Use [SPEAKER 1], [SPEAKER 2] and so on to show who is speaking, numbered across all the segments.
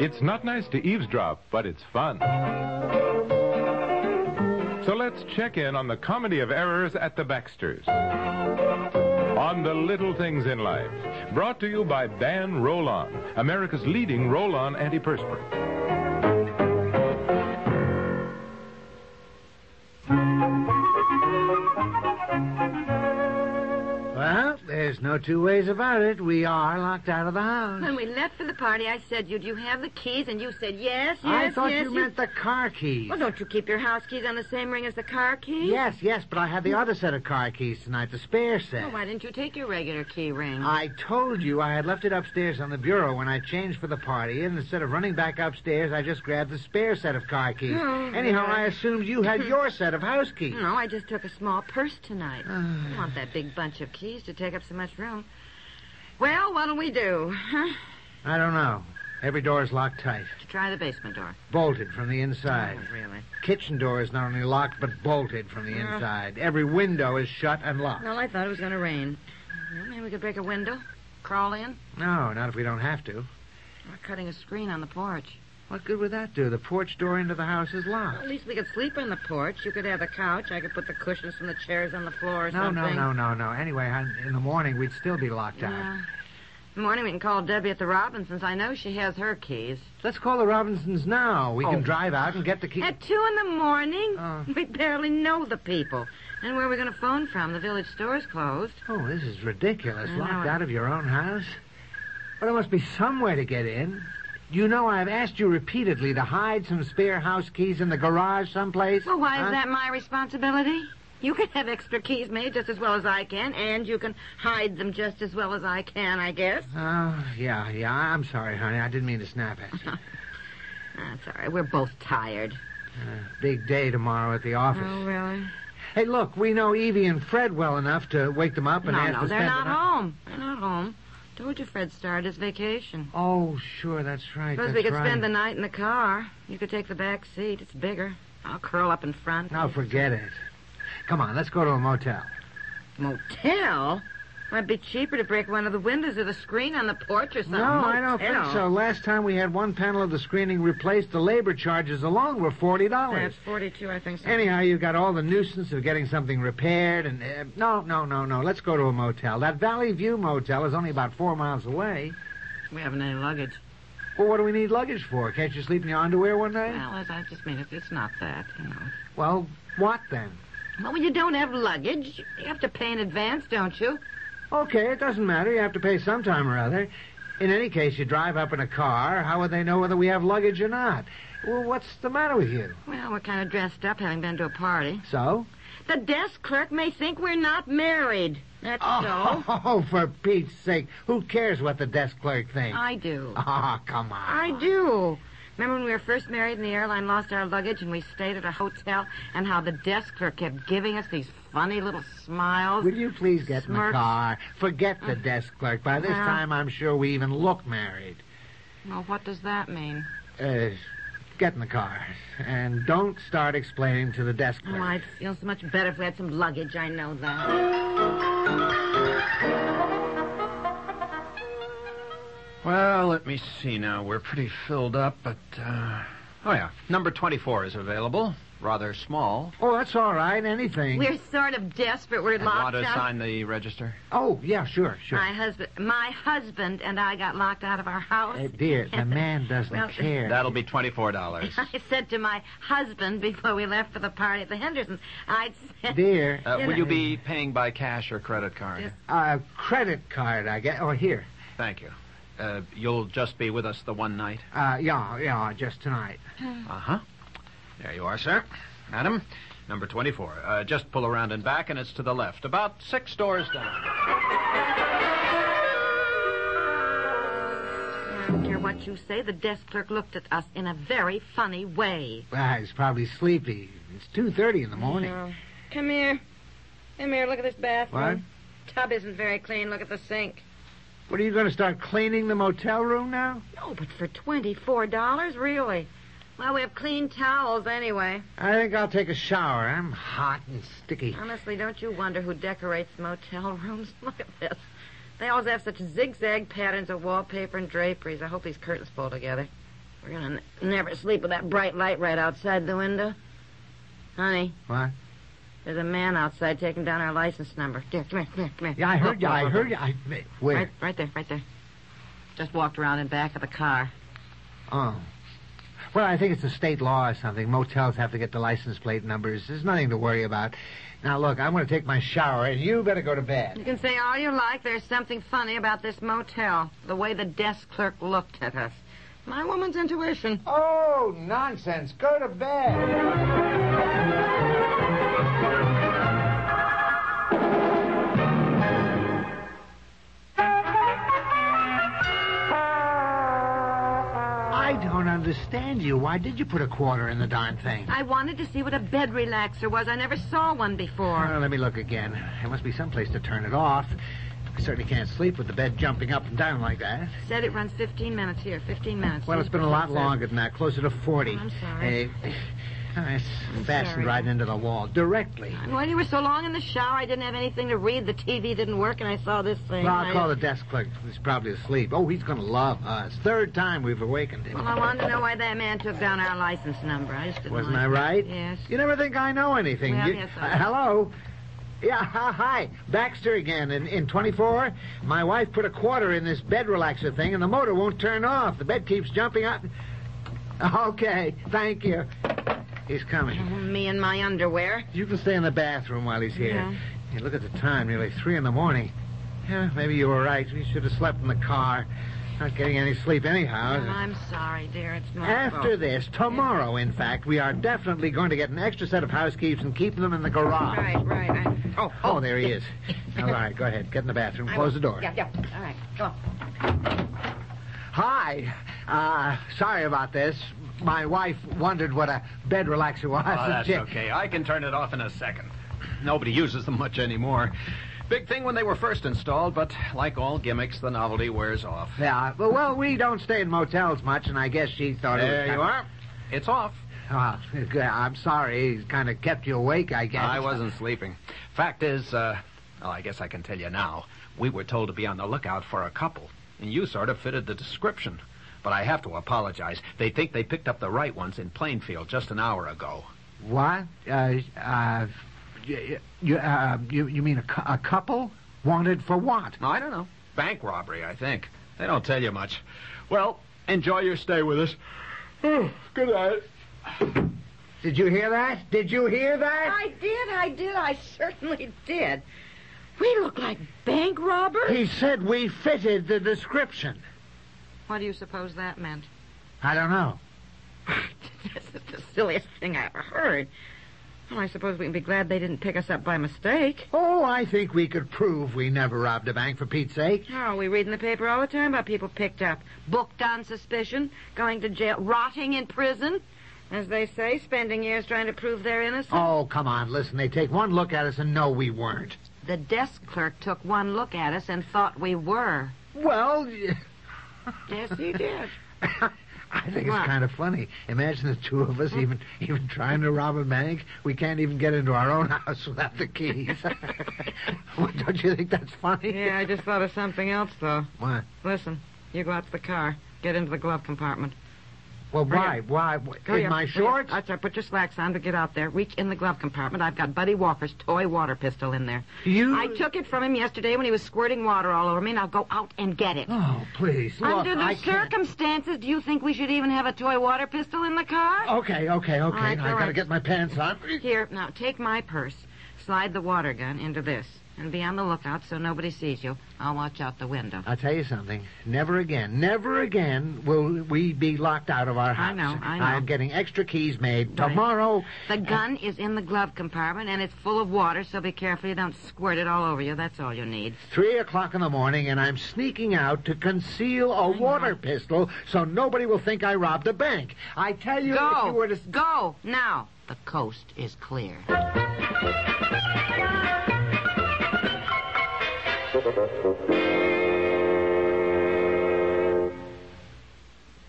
[SPEAKER 1] It's not nice to eavesdrop, but it's fun. So let's check in on the comedy of errors at the Baxters. On the little things in life. Brought to you by Ban Roll On, America's leading roll on antiperspirant.
[SPEAKER 2] Well, there's no two ways about it. We are locked out of the house.
[SPEAKER 3] When we left for the party, I said, you, do you have the keys? And you said, yes, yes,
[SPEAKER 2] I thought
[SPEAKER 3] yes.
[SPEAKER 2] you meant the car keys.
[SPEAKER 3] Well, don't you keep your house keys on the same ring as the car keys?
[SPEAKER 2] Yes, yes, but I had the other set of car keys tonight, the spare set.
[SPEAKER 3] Well, why didn't you take your regular key ring?
[SPEAKER 2] I told you I had left it upstairs on the bureau when I changed for the party, and instead of running back upstairs, I just grabbed the spare set of car keys.
[SPEAKER 3] Oh,
[SPEAKER 2] Anyhow,
[SPEAKER 3] dear.
[SPEAKER 2] I assumed you had your set of house keys.
[SPEAKER 3] No, I just took a small purse tonight. I don't want that big bunch of keys to take up so much room. Well, what'll we do? Huh?
[SPEAKER 2] I don't know. Every door is locked tight,
[SPEAKER 3] Try the basement door.
[SPEAKER 2] bolted from the inside.
[SPEAKER 3] Oh, really?
[SPEAKER 2] Kitchen door is not only locked, but bolted from the
[SPEAKER 3] Yeah.
[SPEAKER 2] inside. Every window is shut and locked.
[SPEAKER 3] Well, I thought it was going to rain. Well, Maybe we could break a window, crawl in.
[SPEAKER 2] No, not if we don't have to.
[SPEAKER 3] We're cutting a screen on the porch.
[SPEAKER 2] What good would that do? The porch door into the house is
[SPEAKER 3] At
[SPEAKER 2] locked.
[SPEAKER 3] least we could sleep on the porch. You could have the couch. I could put the cushions from the chairs on the floor or
[SPEAKER 2] No,
[SPEAKER 3] something.
[SPEAKER 2] no, no, no, no. Anyway, hon, in the morning we'd still be locked out.
[SPEAKER 3] Yeah. Uh, Morning, we can call Debbie at the Robinsons. I know she has her keys.
[SPEAKER 2] Let's call the Robinsons now. We can drive out and get the key.
[SPEAKER 3] Oh. At two in the morning?
[SPEAKER 2] Oh.
[SPEAKER 3] We barely know the people. And where are we going to phone from? The village store's closed.
[SPEAKER 2] Oh, this is ridiculous.
[SPEAKER 3] I know
[SPEAKER 2] Locked
[SPEAKER 3] it.
[SPEAKER 2] out of your own house. Well, there must be some way to get in. You know, I've asked you repeatedly to hide some spare house keys in the garage someplace.
[SPEAKER 3] Well, why
[SPEAKER 2] Huh?
[SPEAKER 3] is that my responsibility? You can have extra keys made just as well as I can, and you can hide them just as well as I can, I guess.
[SPEAKER 2] Oh, yeah, yeah. I'm sorry, honey. I didn't mean to snap at you.
[SPEAKER 3] That's all right. We're both tired.
[SPEAKER 2] Big day tomorrow at the office.
[SPEAKER 3] really?
[SPEAKER 2] Hey, look, we know Evie and Fred well enough to wake them up and
[SPEAKER 3] no,
[SPEAKER 2] ask
[SPEAKER 3] no,
[SPEAKER 2] to
[SPEAKER 3] they're
[SPEAKER 2] spend
[SPEAKER 3] not
[SPEAKER 2] the night.
[SPEAKER 3] home. They're not home. Told you Fred started his vacation.
[SPEAKER 2] Oh, sure, that's right.
[SPEAKER 3] Suppose
[SPEAKER 2] that's
[SPEAKER 3] we could
[SPEAKER 2] right.
[SPEAKER 3] spend the night in the car. You could take the back seat. It's bigger. I'll curl up in front.
[SPEAKER 2] Now forget it. Come on, let's go to a motel.
[SPEAKER 3] Motel? Might be cheaper to break one of the windows or the screen on the porch or something.
[SPEAKER 2] no, I don't think
[SPEAKER 3] Motel.
[SPEAKER 2] so. Last time we had one panel of the screening replaced, the labor charges alone were forty dollars.
[SPEAKER 3] That's forty-two, I think. So.
[SPEAKER 2] Anyhow, you've got all the nuisance of getting something repaired, and uh, no, no, no, no. Let's go to a motel. That Valley View motel is only about four miles away.
[SPEAKER 3] we haven't any luggage.
[SPEAKER 2] Well, what do we need luggage for? Can't you sleep in your underwear one day?
[SPEAKER 3] Well, as I just mean, it, it's not that, you know.
[SPEAKER 2] Well, what then?
[SPEAKER 3] Well, when you don't have luggage, you have to pay in advance, don't you?
[SPEAKER 2] Okay, it doesn't matter. You have to pay sometime or other. In any case, you drive up in a car. How would they know whether we have luggage or not? Well, what's the matter with you?
[SPEAKER 3] Well, we're kind of dressed up, having been to a party.
[SPEAKER 2] So?
[SPEAKER 3] The desk clerk may think we're not married. That's
[SPEAKER 2] Oh,
[SPEAKER 3] so.
[SPEAKER 2] for Pete's sake. Who cares what the desk clerk thinks?
[SPEAKER 3] I do.
[SPEAKER 2] Ah, come on.
[SPEAKER 3] I do. Remember when we were first married and the airline lost our luggage and we stayed at a hotel and how the desk clerk kept giving us these funny little smiles?
[SPEAKER 2] Will you please get in the
[SPEAKER 3] Smirks.
[SPEAKER 2] car? Forget the desk clerk. By this
[SPEAKER 3] Uh, Well.
[SPEAKER 2] time, I'm sure we even look married.
[SPEAKER 3] Well, what does that mean?
[SPEAKER 2] Uh, get in the car. And don't start explaining to the desk
[SPEAKER 3] Oh,
[SPEAKER 2] clerk.
[SPEAKER 3] I'd feel so much better if we had some luggage. I know that.
[SPEAKER 4] Well, let me see now. We're pretty filled up, but. Uh... Oh, yeah. Number 24 is available. Rather small.
[SPEAKER 2] Oh, that's all right. Anything.
[SPEAKER 3] We're sort of desperate. We're
[SPEAKER 4] And want
[SPEAKER 3] locked
[SPEAKER 4] to
[SPEAKER 3] out.
[SPEAKER 4] sign the register?
[SPEAKER 2] Oh, yeah, sure, sure.
[SPEAKER 3] My husband, my husband, and I got locked out of our house.
[SPEAKER 2] Uh, dear, the man doesn't
[SPEAKER 3] Well,
[SPEAKER 2] care.
[SPEAKER 4] That'll be $24.
[SPEAKER 3] I said to my husband before we left for the party at the Hendersons, I said,
[SPEAKER 2] Dear,
[SPEAKER 4] Uh,
[SPEAKER 3] You
[SPEAKER 4] will
[SPEAKER 3] know.
[SPEAKER 4] you be paying by cash or credit card?
[SPEAKER 3] Yes.
[SPEAKER 2] a credit card, I guess. Or here.
[SPEAKER 4] Thank you. Uh, you'll just be with us the one night.
[SPEAKER 2] Uh, yeah, yeah, just tonight.
[SPEAKER 3] Mm-hmm.
[SPEAKER 4] Uh huh. There you are, sir. Madam, number 24. Uh, just pull around and back, and it's to the left, about six doors down.
[SPEAKER 3] don't care what you say. The desk clerk looked at us in a very funny way.
[SPEAKER 2] Ah, he's probably sleepy. It's 2.30 in the morning.
[SPEAKER 3] No. Come here. Come here, look at this bathroom.
[SPEAKER 2] What?
[SPEAKER 3] Tub isn't very clean. Look at the sink.
[SPEAKER 2] What, are you going to start cleaning the motel room now?
[SPEAKER 3] No, but for $24, really? Well, we have clean towels anyway.
[SPEAKER 2] I think I'll take a shower. I'm hot and sticky.
[SPEAKER 3] Honestly, don't you wonder who decorates motel rooms? Look at this. They always have such zigzag patterns of wallpaper and draperies. I hope these curtains pull together. We're going to n- never sleep with that bright light right outside the window. Honey,
[SPEAKER 2] What?
[SPEAKER 3] there's a man outside taking down our license number. Dear, come here, come here, come here.
[SPEAKER 2] Yeah, I heard you.
[SPEAKER 3] Look,
[SPEAKER 2] I
[SPEAKER 3] look,
[SPEAKER 2] heard you.
[SPEAKER 3] look.
[SPEAKER 2] I, where?
[SPEAKER 3] Right, right there, right there. Just walked around in back of the car.
[SPEAKER 2] Oh. Well, I think it's a state law or something. Motels have to get the license plate numbers. There's nothing to worry about. Now, look, I'm going to take my shower, and you better go to
[SPEAKER 3] You
[SPEAKER 2] bed.
[SPEAKER 3] can say all you like. There's something funny about this motel. The way the desk clerk looked at us. My woman's intuition.
[SPEAKER 2] Oh, nonsense. Go to bed. I don't understand you. Why did you put a quarter in the darn thing?
[SPEAKER 3] I wanted to see what a bed relaxer was. I never saw one before.
[SPEAKER 2] Uh, let me look again. There must be some place to turn it off. I certainly can't sleep with the bed jumping up and down like that.
[SPEAKER 3] Said it runs 15 minutes here, 15 minutes.
[SPEAKER 2] Well, it's been a lot longer than that, closer to 40.
[SPEAKER 3] I'm sorry.
[SPEAKER 2] Uh, uh, it's fastened
[SPEAKER 3] sorry.
[SPEAKER 2] right into the wall, directly.
[SPEAKER 3] And while you were so long in the shower, I didn't have anything to read. The TV didn't work, and I saw this thing.
[SPEAKER 2] Well,
[SPEAKER 3] I-
[SPEAKER 2] I'll call the desk clerk. He's probably asleep. Oh, he's going to love us. Third time we've awakened him.
[SPEAKER 3] Well, I wanted to know why that man took down our license number. I just didn't
[SPEAKER 2] Wasn't
[SPEAKER 3] like
[SPEAKER 2] I
[SPEAKER 3] it.
[SPEAKER 2] right?
[SPEAKER 3] Yes.
[SPEAKER 2] You never think I know anything.
[SPEAKER 3] Well,
[SPEAKER 2] You-
[SPEAKER 3] yes, I-
[SPEAKER 2] uh, hello? Yeah, hi, hi. Baxter again. In, in 24, my wife put a quarter in this bed relaxer thing, and the motor won't turn off. The bed keeps jumping up. Okay, thank you. He's coming.
[SPEAKER 3] Mm-hmm, Me and my underwear.
[SPEAKER 2] You can stay in the bathroom while he's here.
[SPEAKER 3] Yeah.
[SPEAKER 2] Hey, look at the time, nearly 3 in the morning. Yeah, maybe you were right. We should have slept in the car. Not getting any sleep anyhow.
[SPEAKER 3] Well, I'm sorry, dear. It's my
[SPEAKER 2] After
[SPEAKER 3] fault.
[SPEAKER 2] this, tomorrow, in fact, we are definitely going to get an extra set of house keys and keep them in the garage.
[SPEAKER 3] Right, right. I... Oh,
[SPEAKER 2] Oh, there he is. All right, go ahead. Get in the bathroom.
[SPEAKER 3] I
[SPEAKER 2] Close
[SPEAKER 3] will-
[SPEAKER 2] the door.
[SPEAKER 3] Yeah, yeah. All right, go on.
[SPEAKER 2] Hi. Uh, sorry about this. My wife wondered what a bed relaxer was.
[SPEAKER 4] Oh, that's
[SPEAKER 2] She-
[SPEAKER 4] okay. I can turn it off in a second. Nobody uses them much anymore. Big thing when they were first installed, but like all gimmicks, the novelty wears off.
[SPEAKER 2] Yeah. Well, well, we don't stay in motels much, and I guess she thought
[SPEAKER 4] There
[SPEAKER 2] it
[SPEAKER 4] you
[SPEAKER 2] was
[SPEAKER 4] are. It's off.
[SPEAKER 2] you are. Oh, I'm sorry. He's kind of kept you awake, I guess.
[SPEAKER 4] I wasn't sleeping. Fact is, uh, well, I guess I can tell you now. We were told to be on the lookout for a couple, and you sort of fitted the description. But I have to apologize. They think they picked up the right ones in Plainfield just an hour ago.
[SPEAKER 2] What? Uh, uh, you, you, uh, you, you mean a, cou- a couple? Wanted for what?
[SPEAKER 4] No, I don't know. Bank robbery, I think. They don't tell you much. Well, enjoy your stay with us. Good night.
[SPEAKER 2] Did you hear that? Did you hear that?
[SPEAKER 3] I did, I did, I certainly did. We look like bank robbers.
[SPEAKER 2] He said we fitted the description.
[SPEAKER 3] What do you suppose that meant?
[SPEAKER 2] I don't know.
[SPEAKER 3] this is the silliest thing I ever heard. Well, I suppose we can be glad they didn't pick us up by mistake.
[SPEAKER 2] Oh, I think we could prove we never robbed a bank for Pete's sake.
[SPEAKER 3] Oh, we read in the paper all the time about people picked up, booked on suspicion, going to jail, rotting in prison, as they say, spending years trying to prove their innocence.
[SPEAKER 2] Oh, come on, listen. They take one look at us and know we weren't.
[SPEAKER 3] The desk clerk took one look at us and thought we were.
[SPEAKER 2] Well,
[SPEAKER 3] Yes, he did.
[SPEAKER 2] I think it's
[SPEAKER 3] What?
[SPEAKER 2] kind of funny. Imagine the two of us even even trying to rob a bank. We can't even get into our own house without the keys. Well, Don't you think that's funny?
[SPEAKER 3] yeah, I just thought of something else, though.
[SPEAKER 2] Why?
[SPEAKER 3] Listen, you go out to the car, get into the glove compartment.
[SPEAKER 2] Well, why?
[SPEAKER 3] Hurry
[SPEAKER 2] Why?
[SPEAKER 3] Hurry
[SPEAKER 2] In
[SPEAKER 3] up,
[SPEAKER 2] my
[SPEAKER 3] hurry up.
[SPEAKER 2] shorts?
[SPEAKER 3] That's right. Put your slacks on to get out there. Reach in the glove compartment. I've got Buddy Walker's toy water pistol in there.
[SPEAKER 2] You-
[SPEAKER 3] I took it from him yesterday when he was squirting water all over me, and I'll go out and get it.
[SPEAKER 2] Oh, please. Look,
[SPEAKER 3] Under the
[SPEAKER 2] I can't.
[SPEAKER 3] circumstances, do you think we should even have a toy water pistol in the car?
[SPEAKER 2] Okay, okay, okay.
[SPEAKER 3] All right,
[SPEAKER 2] Now
[SPEAKER 3] all
[SPEAKER 2] I gotta
[SPEAKER 3] right.
[SPEAKER 2] get my pants on.
[SPEAKER 3] Here, now take my purse. Slide the water gun into this. And be on the lookout so nobody sees you. I'll watch out the window.
[SPEAKER 2] I'll tell you something. Never again, never again will we be locked out of our house.
[SPEAKER 3] know, I know.
[SPEAKER 2] I'm getting extra keys made
[SPEAKER 3] Right.
[SPEAKER 2] tomorrow.
[SPEAKER 3] The gun is in the glove compartment and it's full of water, so be careful you don't squirt it all over you. That's all you need.
[SPEAKER 2] Three o'clock in the morning, and I'm sneaking out to conceal a water pistol so nobody will think I robbed a bank. I tell you, if you
[SPEAKER 3] Go!
[SPEAKER 2] were to.
[SPEAKER 3] Go! Now! The coast is clear.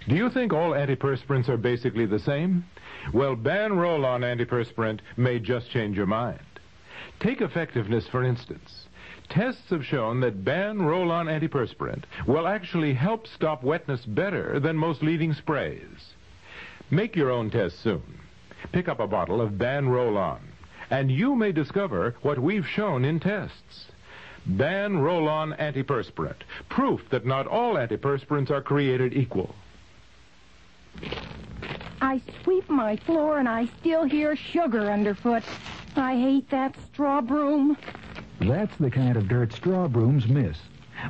[SPEAKER 1] Do you think all antiperspirants are basically the same? Well, ban roll on antiperspirant may just change your mind. Take effectiveness, for instance. Tests have shown that ban roll on antiperspirant will actually help stop wetness better than most leading sprays. Make your own test soon. Pick up a bottle of ban roll on, and you may discover what we've shown in tests. Ban roll on antiperspirant, proof that not all antiperspirants are created equal.
[SPEAKER 5] I sweep my floor and I still hear sugar underfoot. I hate that straw broom.
[SPEAKER 6] That's the kind of dirt straw brooms miss.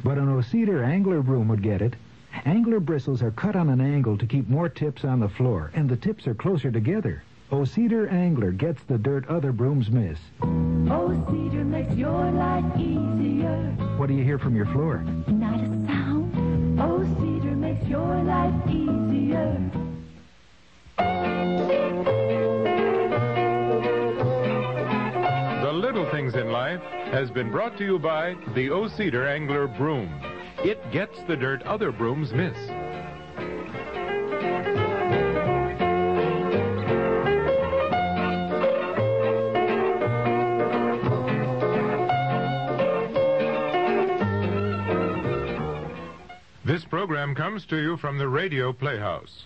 [SPEAKER 6] But an Oceder angler broom would get it. Angler bristles are cut on an angle to keep more tips on the floor, and the tips are closer together. Oceder angler gets the dirt other brooms miss.
[SPEAKER 7] Oh, cedar makes your life easier.
[SPEAKER 6] What do you hear from your floor?
[SPEAKER 5] Not a sound.
[SPEAKER 7] Oh, cedar makes your life easier.
[SPEAKER 1] The Little Things in Life has been brought to you by the O-Cedar Angler Broom. It gets the dirt other brooms miss. This program comes to you from the Radio Playhouse.